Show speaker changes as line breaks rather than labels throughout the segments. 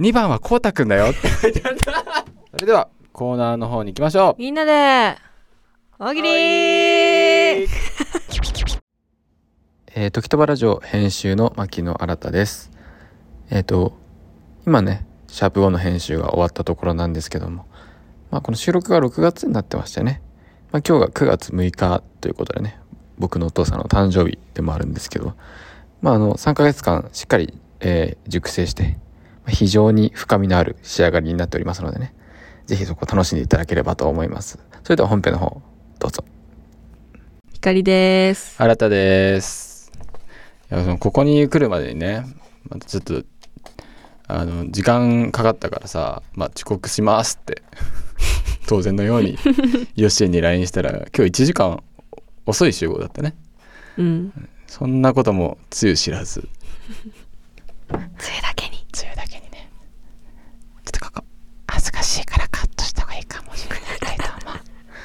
2番はこうたくんだよって書いてあったそれではコーナーの方に行きましょう
みんなで大喜利
えー、時とばラジオ編集の牧野新ですえっ、と今ねシャープ5の編集が終わったところなんですけどもまあこの収録が6月になってましてね、まあ、今日が9月6日ということでね僕のお父さんの誕生日でもあるんですけどまああの3ヶ月間しっかり、えー熟成してまあ非常に深みのある仕上がりになっておりますのでねぜひそこ楽しんでいただければと思いますそれでは本編の方どうぞ
光です
新田ですいやそのここに来るまでにね、ま、たちょっとあの時間かかったからさ、まあ、遅刻しますって 当然のようにヨッシーに LINE したら今日1時間遅い集合だったね
うん
そんなこともつゆ知らず
梅雨だけに
つゆだけにねちょっとここ恥ずかしいからカットした方がいいかもしれないけども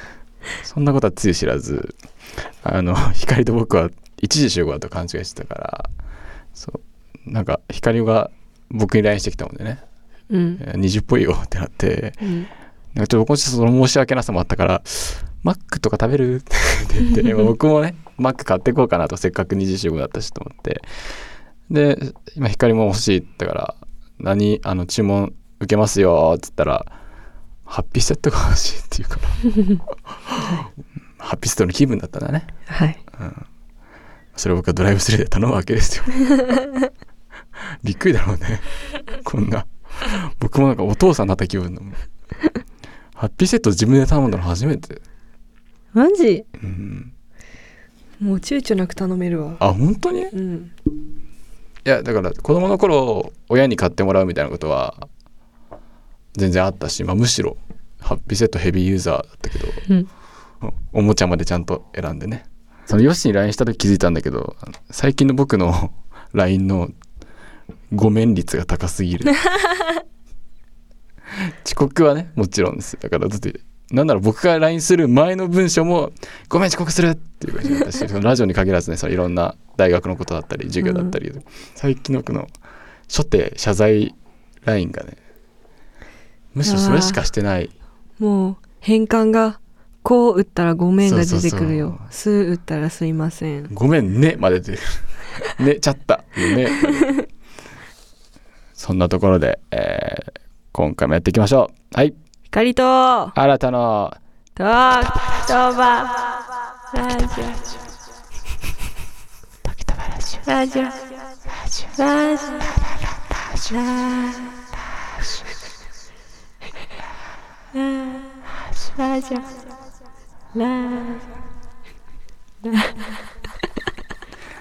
そんなことはつゆ知らずあの光と僕は一時集合だと勘違いしてたからそうなんか光が僕に LINE してきたもんでね
うん、
えー20っぽいよってなって
う
な
ん、
んかちょっと僕もちょっとその申し訳なさもあったからマックとか食べる って言って、まあ僕もねマック買ってこうかなとせっかく二次集合だったしと思ってで今光も欲しいって言ったから何あの注文受けますよっつったらハッピーセットが欲しいっていうからハッピーセットの気分だったんだね
はい
それを僕はドライブスルーで頼むわけ ですよびっくりだろうねこんな僕もなんかお父さんになった気分だもんハッピーセット自分で頼んだの初めて
マジ
うん
もう躊躇なく頼めるわ
あ本当にい
うん
やだから子供の頃親に買ってもらうみたいなことは全然あったし、まあ、むしろハッピーセットヘビーユーザーだったけど
うん
おもちゃまでちゃんと選んでねそのヨシに LINE した時気づいたんだけど最近の僕の LINE のごめん率が高すぎ る遅刻はねもちろんですだからだってなんなら僕が LINE する前の文章も「ごめん遅刻する!」っていう感じだったしそのラジオに限らずねそのいろんな大学のことだったり授業だったり、最近のこの初手謝罪 LINE がねむしろそれしかしてない
もう変換がこう打ったらごめんが出てく
そ
る
う
よすう打ったらすいません
ごめんねまで 出てくるねちゃったねそんなところで、えー今回もやっていきましょうはい
光と
新たな
ととばラジオラジオラジオラジオラジオ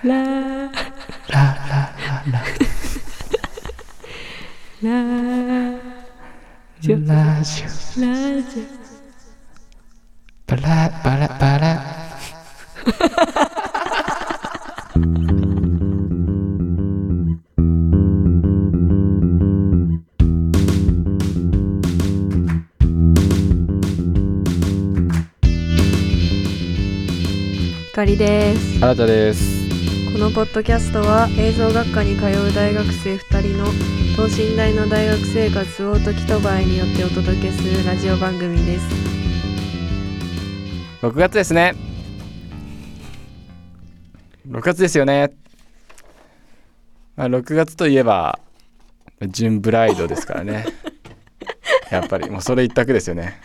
ラジオ
ラジオ
ラジオ
バラバラバラ
光です
新たです
このポッドキャストは映像学科に通う大学生2人の等身大の大学生活を時と場合によってお届けするラジオ番組です
6月ですね6月ですよね、まあ、6月といえば純ブライドですから ねやっぱりもうそれ一択ですよね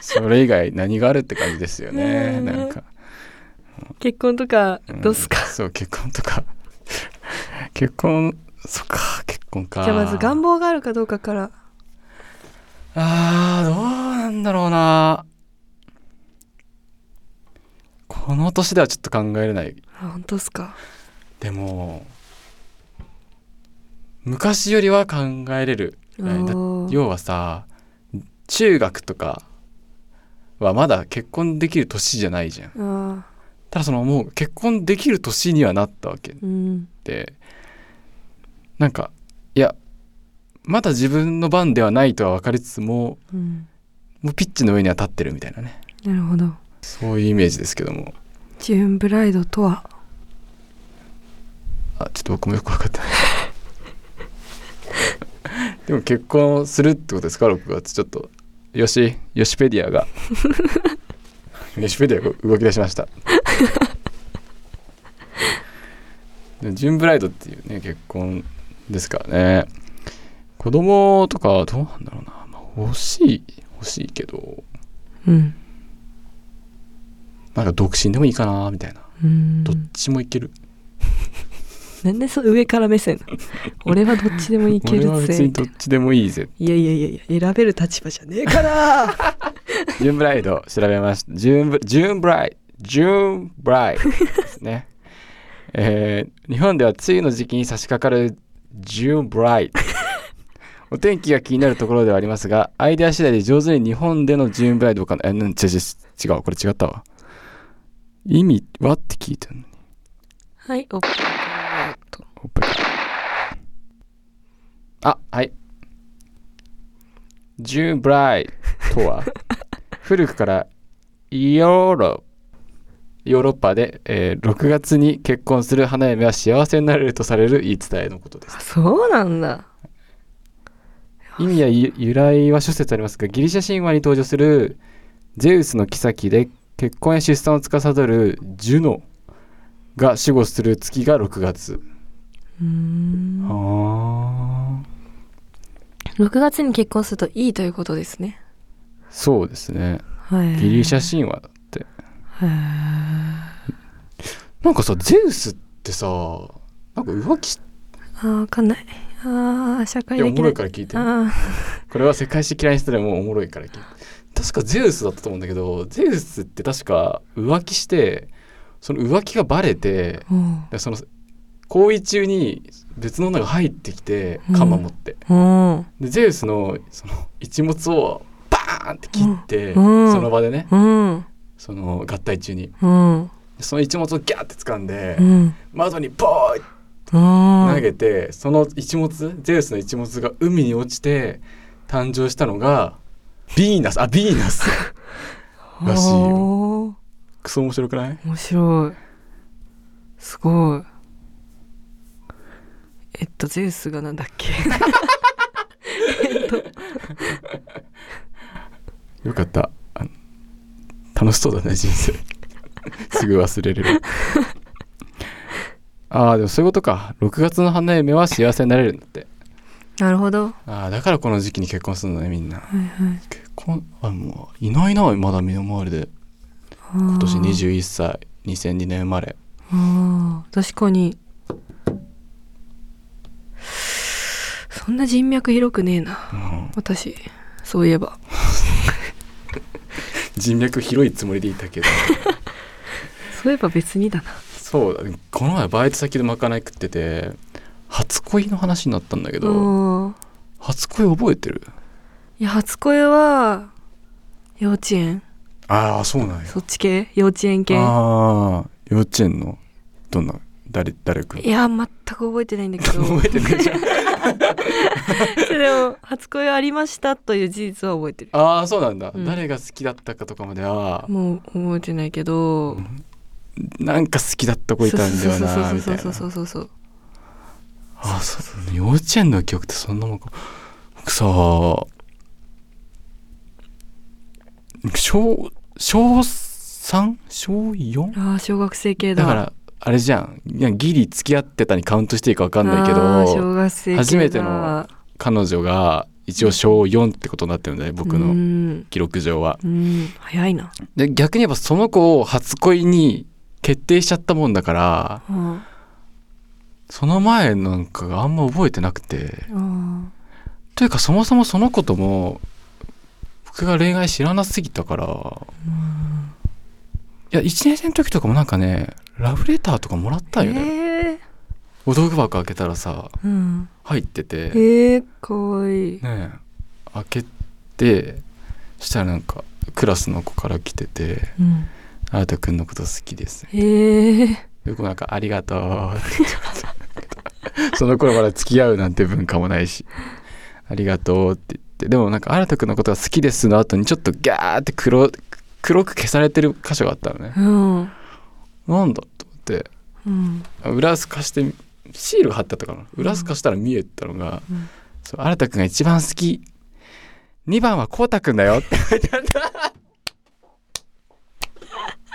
それ以外何があるって感じですよね
うん
なんか
結婚とか
うん
どうすか、
そう結婚とか結婚そっか結婚か
じゃあまず願望があるかどうかから
あーどうなんだろうなこの年ではちょっと考えれない
あ本当っすか
でも昔よりは考えれる
お
だ
ー
要はさ中学とかはまだ結婚できる年じゃないじゃん
あー
ただそのもう結婚できる年にはなったわけ
うん
ってなんかいやまだ自分の番ではないとは分かりつつも
うん
もうピッチの上には立ってるみたいなね
なるほど
そういうイメージですけども
ジューンブライドとは
あちょっと僕もよく分かってない でも結婚するってことですか6月ちょっとよしヨシペディアが ヨシペディアが動き出しましたでジュンブライドっていうね結婚ですからね子供とかどうなんだろうな、まあ、欲しい欲しいけど
うん
なんか独身でもいいかなみたいな
うん
どっちもいける、
なんでその上から目線なの俺はどっちでもいけ
俺は
る
別
ぜ
にどっちでもいいぜ
いやいやいやいや選べる立場じゃねえから
ジューンブライド調べました。ジューンブジューンブライジューンブライドですね。 えー日本では梅雨の時期に差し掛かるジューンブライド。お天気が気になるところではありますが、アイデア次第で上手に日本でのジューンブライドをかえ、うん、違う違う違う、これ違ったわ。意味はって聞いてるのに。
はいおっと
ほっぺあ、はい。ジューンブライドとは、古くからヨーロヨーロッパで、えー6月に結婚する花嫁は幸せになれるとされる言い伝えのことです
あ。そうなんだ
意味やゆ由来は諸説ありますがギリシャ神話に登場するゼウスの妃で結婚や出産を司るジュノが守護する月が6月。
うーん
ああ
6月に結婚するといいということですね
そうですね。
はい
ギリシャ神話だって。
へー
なんかさゼウスってさなんか浮気し
あーわかんないあー社
て
会
いやお
的
も
な
ろいから聞いてる
あー
これは世界史嫌いにしたらもうおもろいから聞いてる確かゼウスだったと思うんだけどゼウスって確か浮気してその浮気がバレて
うん
でその行為中に別の女が入ってきて鎌持って、
うん
でゼウスのその一物をバーンって切って、
うんうん
その場でね
うん
その合体中に
うん
でその一物をギャーって掴んで、
うん
窓にボーイ
投
投げて、その一物ゼウスの一物が海に落ちて誕生したのがヴィーナスあヴィーナスらしいよ
よ
クソ面白くない
面白いすごいえっとゼウスがなんだっけえっと
よかったあの楽しそうだね人生 すぐ忘れれるああでもそういうことか6月の花嫁は幸せになれるんだって
なるほどは
ああだからこの時期に結婚するのねみんない
はい
結婚あもういないなまだ身の回りで今
今
年21歳2002年生まれ
あー確かにそんな人脈広くねえな
うん
私そういえば
人脈広いつもりでいたけど
そういえば別にだな
そうだねこの前バイト先でまかない食ってて初恋の話になったんだけ
う
ど、
ん
初恋覚えてる
いや初恋は幼稚園
ああそうなんや
そっち系幼稚園系
ああ幼稚園のどんな誰誰くん
いや全く覚えてないんだけ ど
覚えてないじゃん
でも初恋ありましたという事実は覚えてる
ああそうなんだ、
うん
誰が好きだったかとかまでは
もう覚えてないけど
なんか好きだった子いたんだよなみたい
そう
な
そうそうそうそうそう
ああそうだね幼稚園の記憶ってそんなもんか僕さ小小 3? 小 4?
ああ小学生系だ
だからあれじゃんいやギリ付き合ってたにカウントしていいか分かんないけ
あー小
ど
学生系だ
初めての彼女が一応小4ってことになってるんだね僕
う
の
ん
記録上は。
うん早いな、
で逆に言えばその子を初恋に決定しちゃったもんだから
うん、あ
その前なんかがあんま覚えてなくて
ー
というかそもそもその子とも僕が恋愛知らなすぎたからいや1年生の時とかもなんかねラブレターとかもらったんよね。
え
お道具箱開けたらさ
ーうん、
入ってて。
えー、かわいい
ねえ開けてそしたらなんかクラスの子から来てて
うん
「あなたくんのこと好きです
えー、」
僕なんか「ありがとう」その頃まだ付き合うなんて文化もないし「ありがとう」って言ってでもなんか「あなたくんのことが好きです」の後にちょっとギャーって黒黒く消されてる箇所があったのね
うん
なんだと思って
うん
裏透かしてシール貼ってあったかな裏透かしたら見えたのが、
うん
そう、新くんが一番好き。2番はこうたくんだよって書いてあった。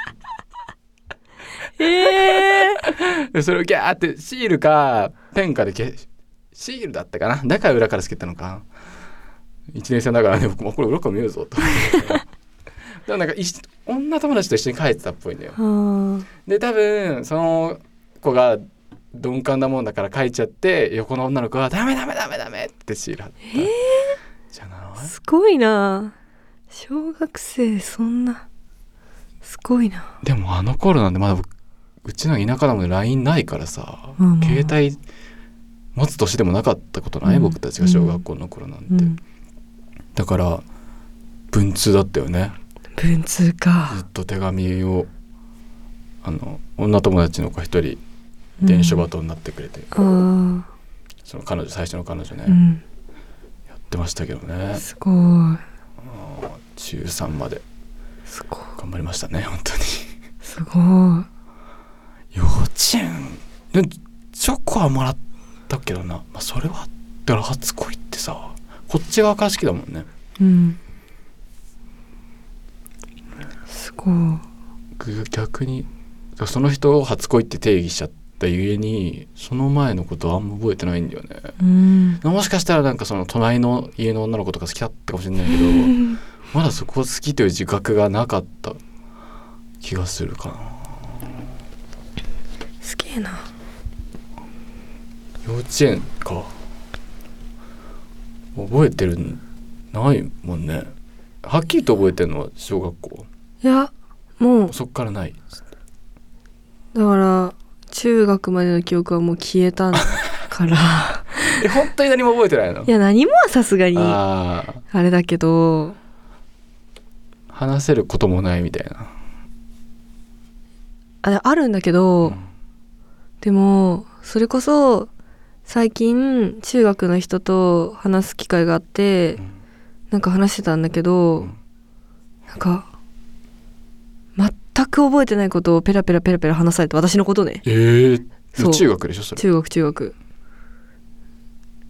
ええ
でそれをギャーってシールかペンかで消しシールだったかなだから裏からつけたのか1年生だからね僕もこれ裏から見えるぞと でもなんか一緒女友達と一緒に帰ってたっぽいんだよ
ー。
で多分その子が鈍感なもんだから書いちゃって横の女の子が「ダメダメダメダメ」ってシール貼った、じゃない
あすごいな。小学生そんな。すごいな。
でもあの頃なんでまだ僕うちの田舎だもんで LINE ないからさ、
まあまあ
携帯持つ年でもなかったことない、
うん
僕たちが小学校の頃なんて、
うん。
だから文通だったよね
文通
ずっ
か。
と手紙をあの女友達の子一人電書バトンになってくれて、
あ
その彼女最初の彼女ね、
あ。う
や
ん。
ってましたけどね
すごい。
中3まです
ごい。
頑張りましたね本当に
すごい。
幼稚園でチョコはもらったけどな、まあ、それはだから初恋ってさこっち側から好きだもんね
うん。すごい。
僕逆にその人を初恋って定義しちゃったゆえにその前のことはあんま覚えてないんだよね
うん。
もしかしたらなんかその隣の家の女の子とか好きだったかもしれないけどまだそこ好きという自覚がなかった気がするかな
すげえな。
幼稚園か覚えてるんないもんねはっきりと覚えてるのは小学校
いや、もう、
そっからない
だから、中学までの記憶はもう消 えたから。
え本当に何も覚えてないの
いや、何もはさすがに、あ
ああ
れだけど、
話せることもないみたいな
あれあるんだけど、
うん
でもそれこそ最近中学の人と話す機会があって、
うん
なんか話してたんだけど、
うん
なんか全く覚えてないことをペラペラペラペラ話されて私のことね
ええ
そう
中学でしょそれ、
中学中学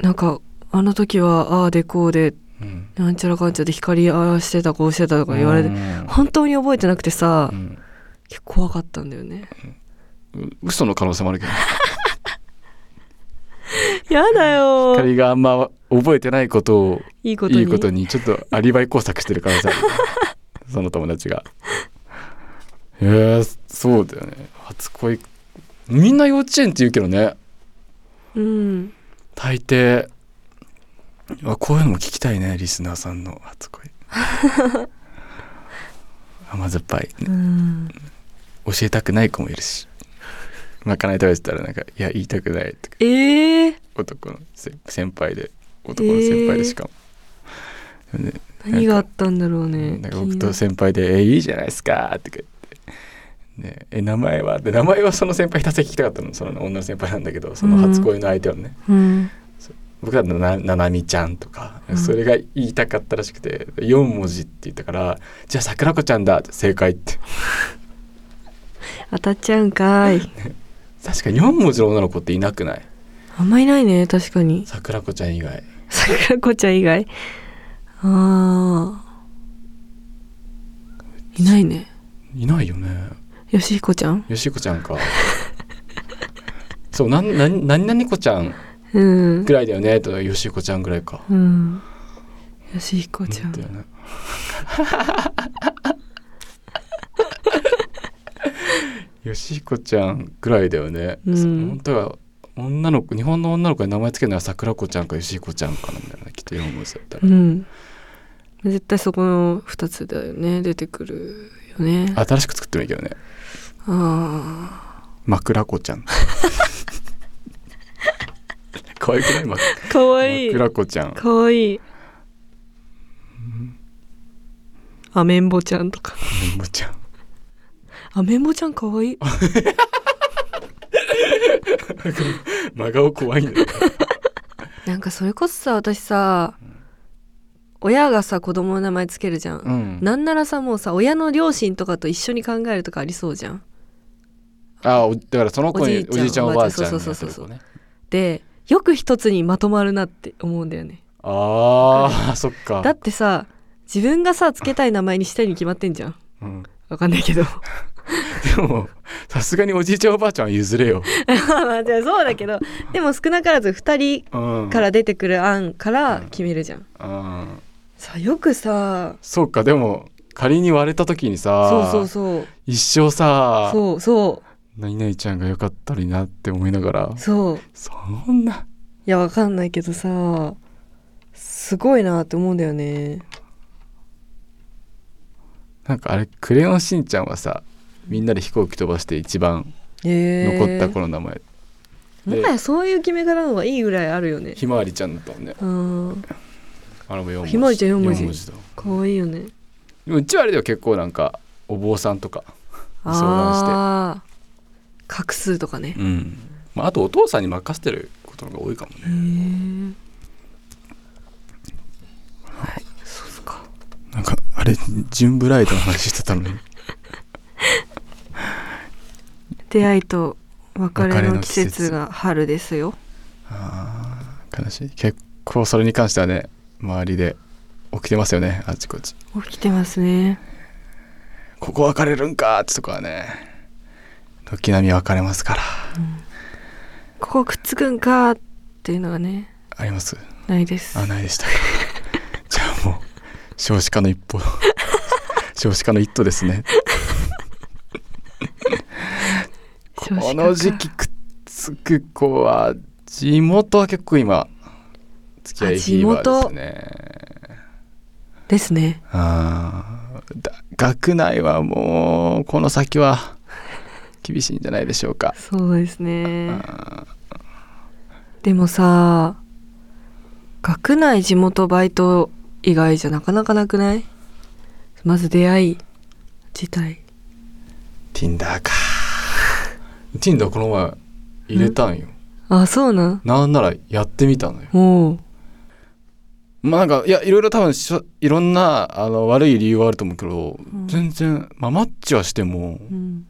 なんかあの時はああでこうで
うん、
なんちゃらかんちゃらで光ああしてたこうしてたとか言われて
うん
本当に覚えてなくてさ、
うん
結構怖かったんだよね
う嘘の可能性 もあるけど
やだよ
光があんま覚えてないことを
いいことに
いいことにちょっとアリバイ工作してる可 能性あるその友達がえー、そうだよね初恋みんな幼稚園って言うけどね
うん
大抵あこういうのも聞きたいねリスナーさんの初 恋甘酸っぱい
うん
教えたくない子もいるしまかない食べてたらなんか「いや言いたくない」とか
ええ
男のせ先輩で男の先輩でしかも、でね
何があったんだろうね。
なんか僕と先輩で「えいいじゃないですか」って言って、ね「え名前は?」って名前はその先輩たち聞きたかったのその女の先輩なんだけどその初恋の相手はね、
うん。
僕だったらなななみちゃんとか、
うん
それが言いたかったらしくて4文字って言ったから「じゃあ桜子ちゃんだ」って正解って
当たっちゃうんかい。
確かに4文字の女の子っていなくない
あんまいないね、確か に。
桜子ちゃん以外
桜子ちゃん以外。ああ。いないね。
いないよね
よしひこちゃん
よしこちゃん か。そう、なん、なん、何々こちゃん
うん
ぐ。らいだよね、と、よしこちゃんぐらいか。
うん。よしひこちゃん
だ。よ ね。よしこちゃんぐらいだよね。
うん
本当は、女の子、日本の女の子に名前つけるのは桜子ちゃんかよしこちゃんかなんだよね。きっと4文字だった
う
ら。
ん。絶対そこの二つだよね。出てくるよね。あ
新しく作ってもいいけどね。
あ
枕子 ちゃん。可愛くない、ま、
ー。かわいい。
枕子ちゃん。
かわいい。アメンボちゃんとか。
もちゃん。
アメンボちゃんかわいい。
真顔怖いんだよ。
なんかそれこそさ私さ親がさ子供の名前つけるじゃ
ん
ん、なんならさもうさ親の両親とかと一緒に考えるとかありそうじゃん
あおだからその子におじ
おじ
い
い
ち
ち
ゃ
ゃ
ん
ん
おばあちゃん
そうそうそうそう
ね
でよく一つにまとまるなって思うんだよね
あー、そっか。
だってさ自分がさつけたい名前にしたいに決まってんじゃん
うん、
わかんないけど
でも、さすがにおじいちゃんおばあちゃんは譲れよ。
まあじゃあそうだけどでも少なからず2人
うん。
から出てくる案から決めるじゃん、
うん。
さよくさ
そうか、でも、仮に割れた時にさ、
そうそうそう
一生さ、
そうそ
何々ちゃんが良かったりなって思いながら
う、そう
そんな、
いやわかんないけどさすごいなって思うんだよね
なんかあれ、クレヨンしんちゃんはさ、みんなで飛行機飛ばして一番
へえ
残った子の名前、
もはやそういう決め方の方がいいぐらいあるよね
ひまわりちゃんだったもんね。
うん
あれも4文字。
ひまわりちゃん四文字
四文字だ。
かわいいよね
でもうちはあれでは結構なんか、お坊さんとか。相談して
ああ画数とかね
うん。まあ、あとお父さんに任せてることの方が多いかもね。
へえはいそうっすか
なんかあれジュンブライドの話してたのに
出会いと別れ
別れ
の
の
季
季
節
節
が春ですよ
あー悲しい結構それに関してはね周りで起きてますよねあちこち
起きてますね
ここ別れるんかーってとこはね軒並み別れますから
ここくっつくんかっていうのがね
あります
ないです
あないでしたか じゃあもう少子化の一歩 少子化の一途ですね
少子化
この時期くっつく子は地元は結構今付き合いフィーバーですね
ですね
あーだ学内はもうこの先は厳しいんじゃないでしょうか。
そうですね
あ
でもさ学内地元バイト以外じゃなかなかなくないまず出会い自体
ー Tinder か。Tinder この前入れたんよ。
あそうなん
なんならやってみたのよ。
おう
まあなんかいやいろいろ多分しょいろんなあの悪い理由はあると思うけど、
うん
全然、まあ、マッチはしても
うん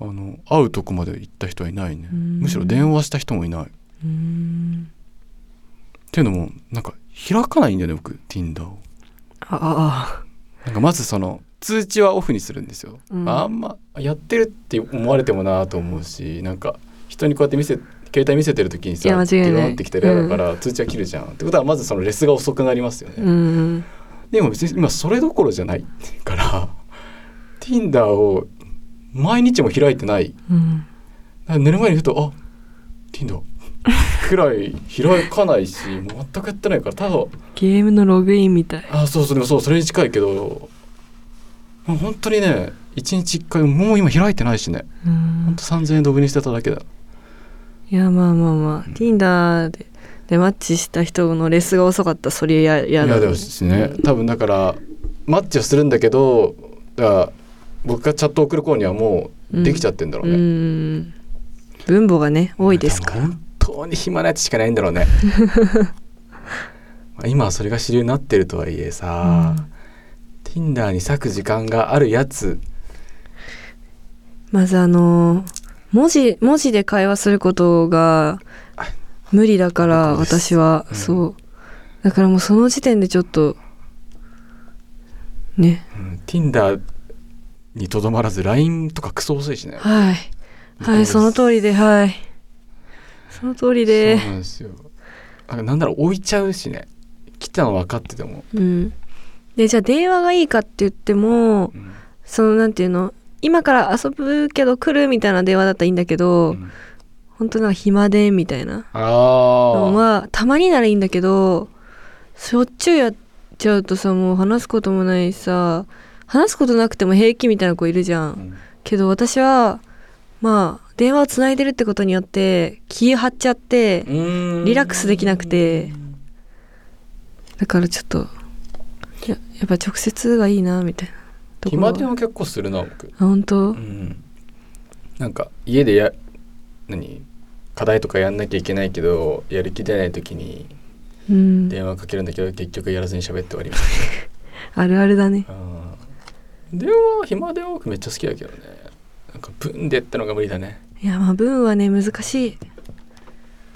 あの会うとこまで行った人はいないね。
うん
むしろ電話した人もいない。っ
うーん
ていうのもなんか開かないんだよね僕 Tinder を。
あああ
なんかまずその通知はオフにするんですよ、
うん
あんまやってるって思われてもなと思うしなんか人にこうやって見せ携帯見せてる時にさ
いや間違いない
ピロンってきたら嫌だから通知は切るじゃん、ってことはまずそのレスが遅くなりますよね、
うん
でも別に今それどころじゃないから Tinder を毎日も開いてない
うん
寝る前にふとあ Tinder くらい開かないしもう全くやってないからただ
ゲームのログインみたい
あそうそうでもそうそれに近いけどもう本当にね一日一回もう今開いてないしね
う
ほ
ん
んと3,000円ドブにしてただけだ
いやまあまあまあ、Tinder ででマッチした人のレスが遅かったらそれややだ,、
嫌だしね多分だからマッチはするんだけどだから僕がチャット送る頃にはもうできちゃってんだろ
う
うね、
ん分母がね多いです
多
か
分
ら
本当に暇なやつしかないんだろ うねまあ今はそれが主流になってるとはいえさ、Tinder に割く時間があるやつ
まずあのー文字文字で会話することが無理だか
そ
ら
うです
私は、
うん
そうだからもうその時点でちょっとね
うん Tinder にとどまらず LINE とかクソ遅いしね。
はいはいその通りではいその通りで
そうなんですよ。なんかなんなら置いちゃうしね。来たの分かってても。
うんでじゃあ電話がいいかって言っても
うん
そのなんていうの今から遊ぶけど来るみたいな電話だったらいいんだけど、
うん
本当なんか暇でみたいな
あ
の
ー
はたまにならいいんだけどしょっちゅうやっちゃうとさもう話すこともないしさ話すことなくても平気みたいな子いるじゃ
うんん
けど私はまあ電話をつないでるってことによって気張っちゃって
うーん
リラックスできなくてだからちょっとややっぱ直接がいいなみたいなところ
暇
は
でも結構するな僕。
あ本
う
当
ん。なんか家でや何課題とかやんなきゃいけないけどやる気出ない時に
うん
電話かけるんだけど結局やらずに喋って終わりまし
あるあるだね
た。あー電話暇電話僕めっちゃ好きだけどね。なんか文でってのが無理だね。
いやまあ文はね難しい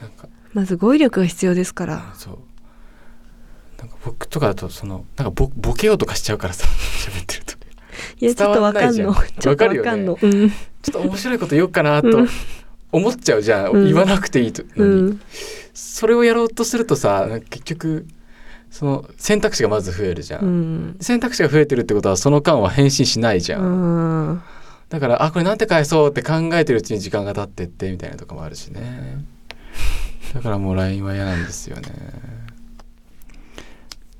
なんか
まず語彙力が必要ですから
そうなんか僕とかだとそのなんかボボケようとかしちゃうからさ 喋ってると
いやちょっとわかん
伝
の
わんないじゃん
ちょっとわかんのうん
ちょっと面白いこと言おうかなと
うん
思っちゃうじゃん、
うん
言わなくていいとの
う
に、
ん
それをやろうとするとさなんか結局その選択肢がまず増えるじゃん、
うん
選択肢が増えてるってことはその間は返信しないじゃん、
うん
だからあこれなんて返そうって考えてるうちに時間が経ってってみたいなとかもあるしねだからもう LINE は嫌なんですよね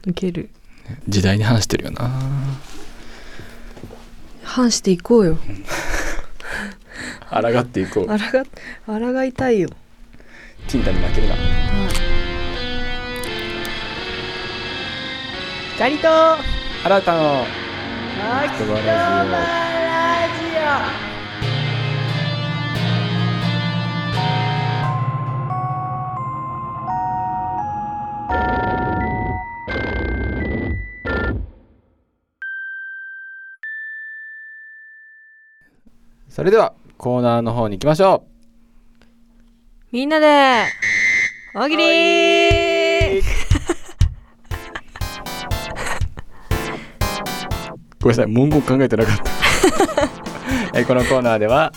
受ける
時代に反してるよな
反していこうよ
抗っていこう
あらがあらがいたいよ
ティンタに負けるな
ガリとマ
新たの秋葉ラ
ラ
ジオそれではコーナーの方に行きましょう
みんなで大喜利
ごめんなさい文言考えてなかった えこのコーナーでは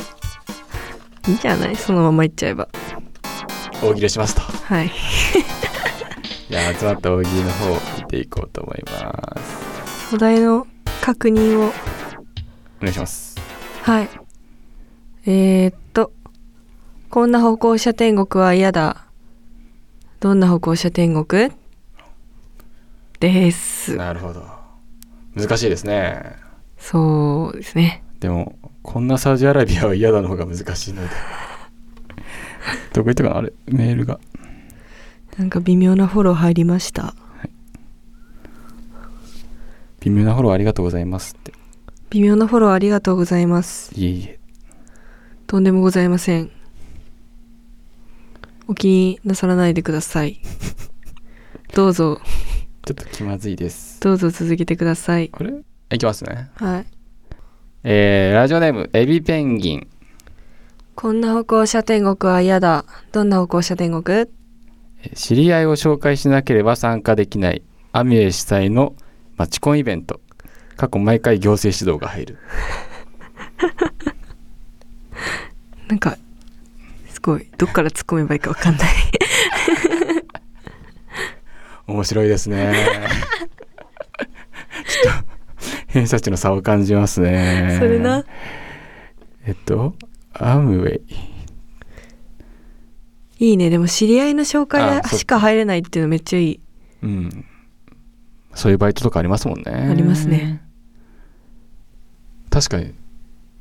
い
いじゃないそのままいっちゃえば
大喜利をしますと
はい
じゃあ集まった大喜利の方を見ていこうと思います
お題の確認を
お願いします
はいえー、っとこんな歩行者天国は嫌だどんな歩行者天国です
なるほど難しいですね
そうですね
でもこんなサウジアラビアは嫌だの方が難しい のでどこ行ったかなあれメールが
なんか微妙なフォロー入りました
微妙なフォローありがとうございますって
微妙なフォローありがとうございます
いえいえ
とんでもございませんお気になさらないでくださいどうぞ
ちょっと気まずいです
どうぞ続けてください
これいきますね
はい
えー、ラジオネームエビペンギン
こんな歩行者天国は嫌だどんな歩行者天国
えー知り合いを紹介しなければ参加できないアミュエ主催のマチコンイベント過去毎回行政指導が入る
なんかすごいどっから突っ込めばいいかわかんない
面白いです ねちょっと偏差値の差を感じますね
それな
えっと、アムウェイ。
いいねでも知り合いの紹介
あ
で
そっか
しか入れないっていうのめっちゃいい
うん。そういうバイトとかありますもんね。あ
りますね。
確かに。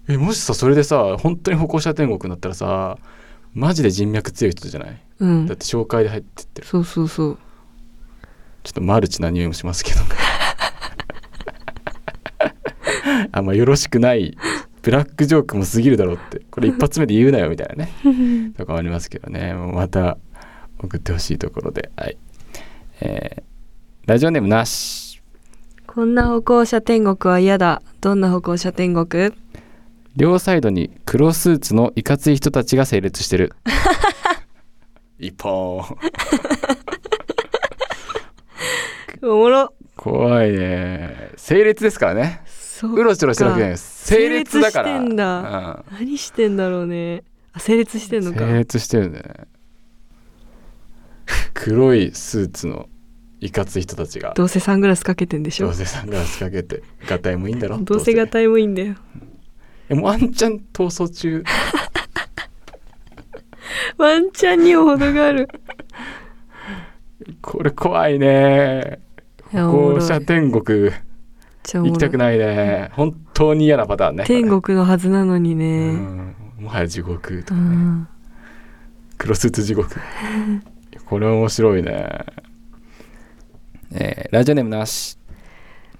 え、もしさ、それでさ、本当に歩行者天国になったらさ、マジで人脈強い人じゃない
うん
だって紹介で入ってってる。
そうそうそう
ちょっとマルチな匂いもしますけ ど。あんまよろしくない。ブラックジョークも過ぎるだろうって。これ一発目で言うなよみたいなね。とかもありますけどねもうまた送ってほしいところではいえーラジオネームなし
こんな歩行者天国は嫌だどんな歩行者天国
両サイドに黒スーツのいかつい人たちが整列して る一本
おもろ
怖いね整列ですからね
そう
うろちょろしてるわけじゃないです整列だから
整列してんだ何してんだろうねあ整列してん
う
の
ん、
か
整列してるね黒いスーツのいかつい人たちが
どうせサングラスかけてんでし
ど
ょ
うせサングラスかけてがたいもいいんだろ
どうせがたいもいいんだよ
えもうワンチャン逃走中
ワンチャンにも程がある
これ怖いね
いや
歩
おもろ
行
い
者天国
じゃあお
行
もろ
き
い
たくないね本当に嫌なパターンね
天国のはずなのに
う
ね
んもはや地獄と
う
かね
ん
黒スーツ地獄 これ面白いねえーラジオネームなし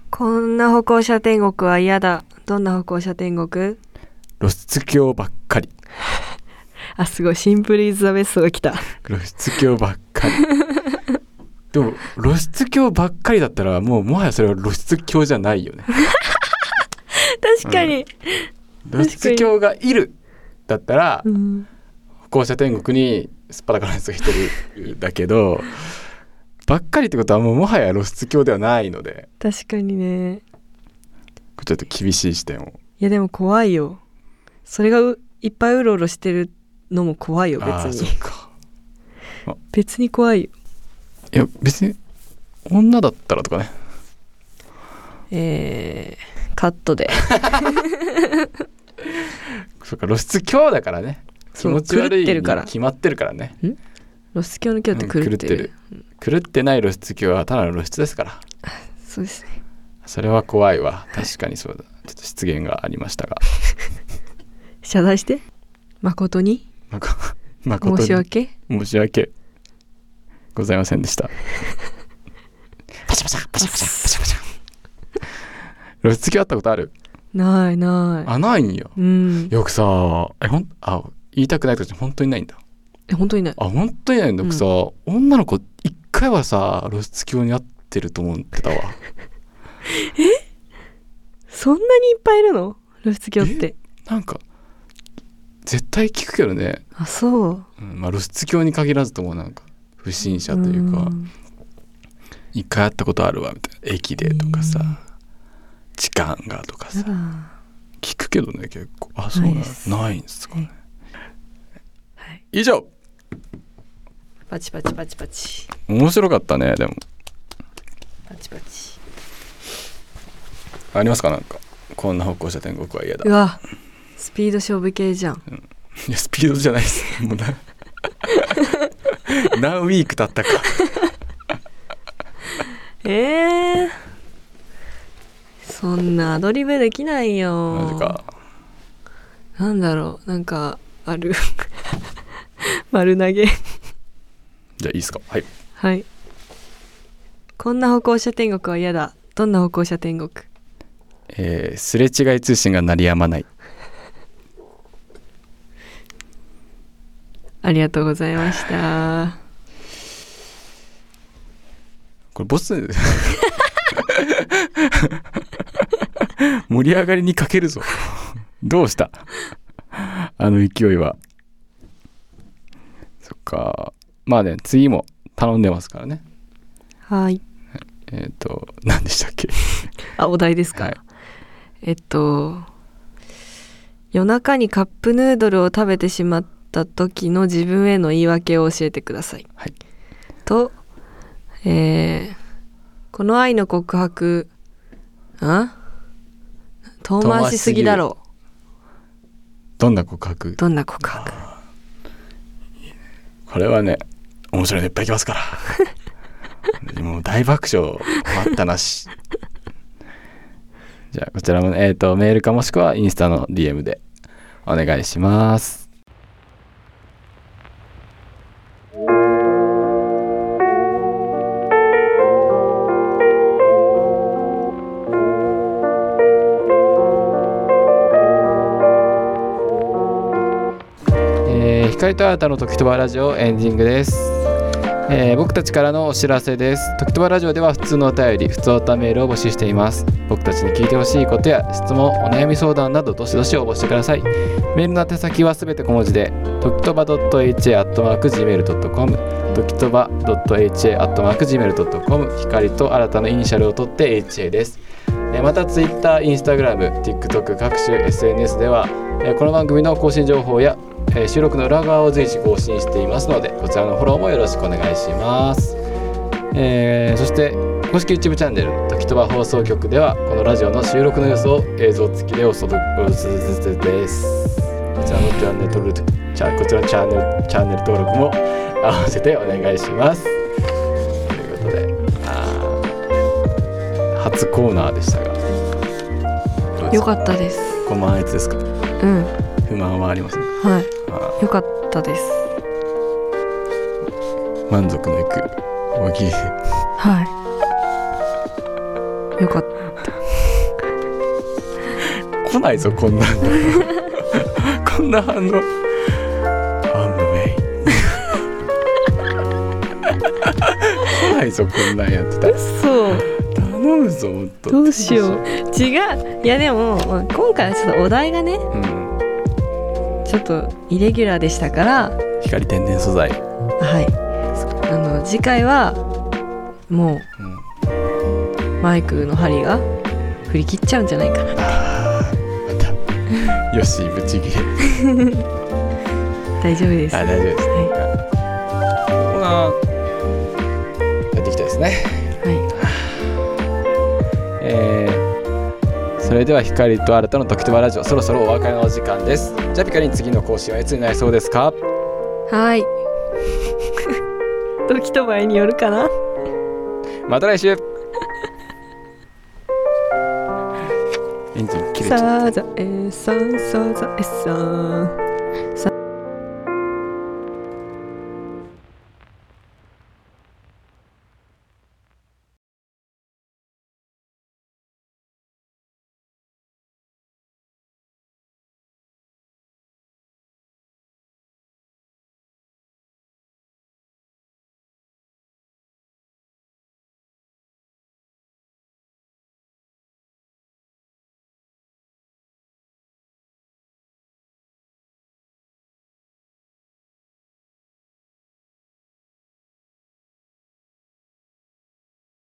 こんな歩行者天国は嫌だどんな歩行者天国
露出狂ばっかり
あすごいシンプルイズザベストが来た
露出狂ばっかり でも露出狂ばっかりだったらもうもはやそれは露出狂じゃないよね
確かに、
露出狂がいるだったら
うん
歩行者天国にすっぱだからついてるんだけどばっかりってことはもうもはや露出狂ではないので
確かにね
ちょっと厳しい視点を
いやでも怖いよそれがういっぱいうろうろしてるのも怖いよ
あー
別
そ
に
うか
別に怖いよ
いや別に女だったらとかね
えー、カットで
そうか露出狂だからね気
そう
持ち悪い
狂ってるから
に決まってるからね
露出狂の狂って狂って
う
る,、
ん狂ってる狂ってない露出狂はただの露出ですから
そうですね
それは怖いわ確かにそうだちょっと失言がありましたが
謝罪して誠に
なん か誠に
申し訳
申し訳ございませんでした。パシャパシャパシャパシャパシャパシャ。露出狂あったことある？
ないない
あないんよ。
うん
よくさ、えほんあ言いたくないとか本当にないんだ。
え本当にない
あ本当にないんだ。
うん
僕さ、女の子一回はさ露出狂にあってると思って たわ。
そんなにいっぱいいるの露出狂って
なんか絶対聞くけどね。
あそう
うん、まあ露出狂に限らずともなんか不審者というか。
ん
一回会ったことあるわみたいな駅でとかさ、
えー
時間がとか
や
さ
だ
聞くけどね結構あそうな
ない
の
です
ないんですかね
はい
以上
パチパチパチパチ
面白かったねでも
パチパチ
ありますかなんかこんな歩行者天国は嫌だ
うわスピード勝負系じゃん
いやスピードじゃないですもうな 何ウィーク経ったか
えー、そんなアドリブできないよ
マジか
なんだろうなんかある 丸投げ
じゃあいいですかはい
はいこんな歩行者天国は嫌だどんな歩行者天国
えー、すれ違い通信が鳴りやまない
ありがとうございました
これボス 盛り上がりに欠けるぞどうしたあの勢いはそっかまあね次も頼んでますからね
はい
えっ、と何でしたっけ
あお題ですか、
はい
えっと夜中にカップヌードルを食べてしまった時の自分への言い訳を教えてください。
はい
と、えーこの愛の告白あ遠回しすぎだろ
どんな告白
うどんな告白
これはね面白いのいっぱいきますからもう大爆笑待ったなしじゃあこちらもねえっ、とメールかもしくはインスタの DM でお願いしますえー、光と新たの時とばラジオエンディングです、えー僕たちからのお知らせです時とばラジオでは普通のお便り普通おたメールを募集しています僕たちに聞いてほしいことや質問お悩み相談などどしどし応募してくださいメールの宛先はすべて小文字で時とば .ha.gmail.com 時とば .ha.gmail.com 光と新たのイニシャルを取って HA ですえーまた Twitter、Instagram、TikTok 各種 SNS ではえーこの番組の更新情報やえー収録の裏側を随時更新していますのでこちらのフォローもよろしくお願いします、えーそして公式 YouTube チャンネル「時とば放送局」ではこのラジオの収録の様子を映像付きでお届けするですこちらのチャンネル登録チャこちらのチャンネルチャンネル登録も合わせてお願いしますということであー初コーナーでしたが
よかったです。
こんばんはいつですか
うん
不満はありませんか
は
あー
いよかったです。
満足のいく大喜利
はいよかった
来ないぞこんなん のこんな反応 On the way 来ないぞこんなんやってたら
そう
頼むぞほんと
どうしよう違ういやでもまあ今回はちょっとお題がね
うん
ちょっとイレギュラーでしたから
光天然素材、
はいあの次回はも
うん、
うマイクの針が振り切っちゃうんじゃないかな
よしぶち切れ
大丈夫です
あ大丈夫ですねやっていきたいですね
はい、
えーそれでは光と新たの時とばラジオそろそろお別れのお時間ですじゃあピカリン次の更新はいつになりそうですか
はい。 時と場合によるかな。
また来週エンジン切れちゃう
サザエさん、サザエさん。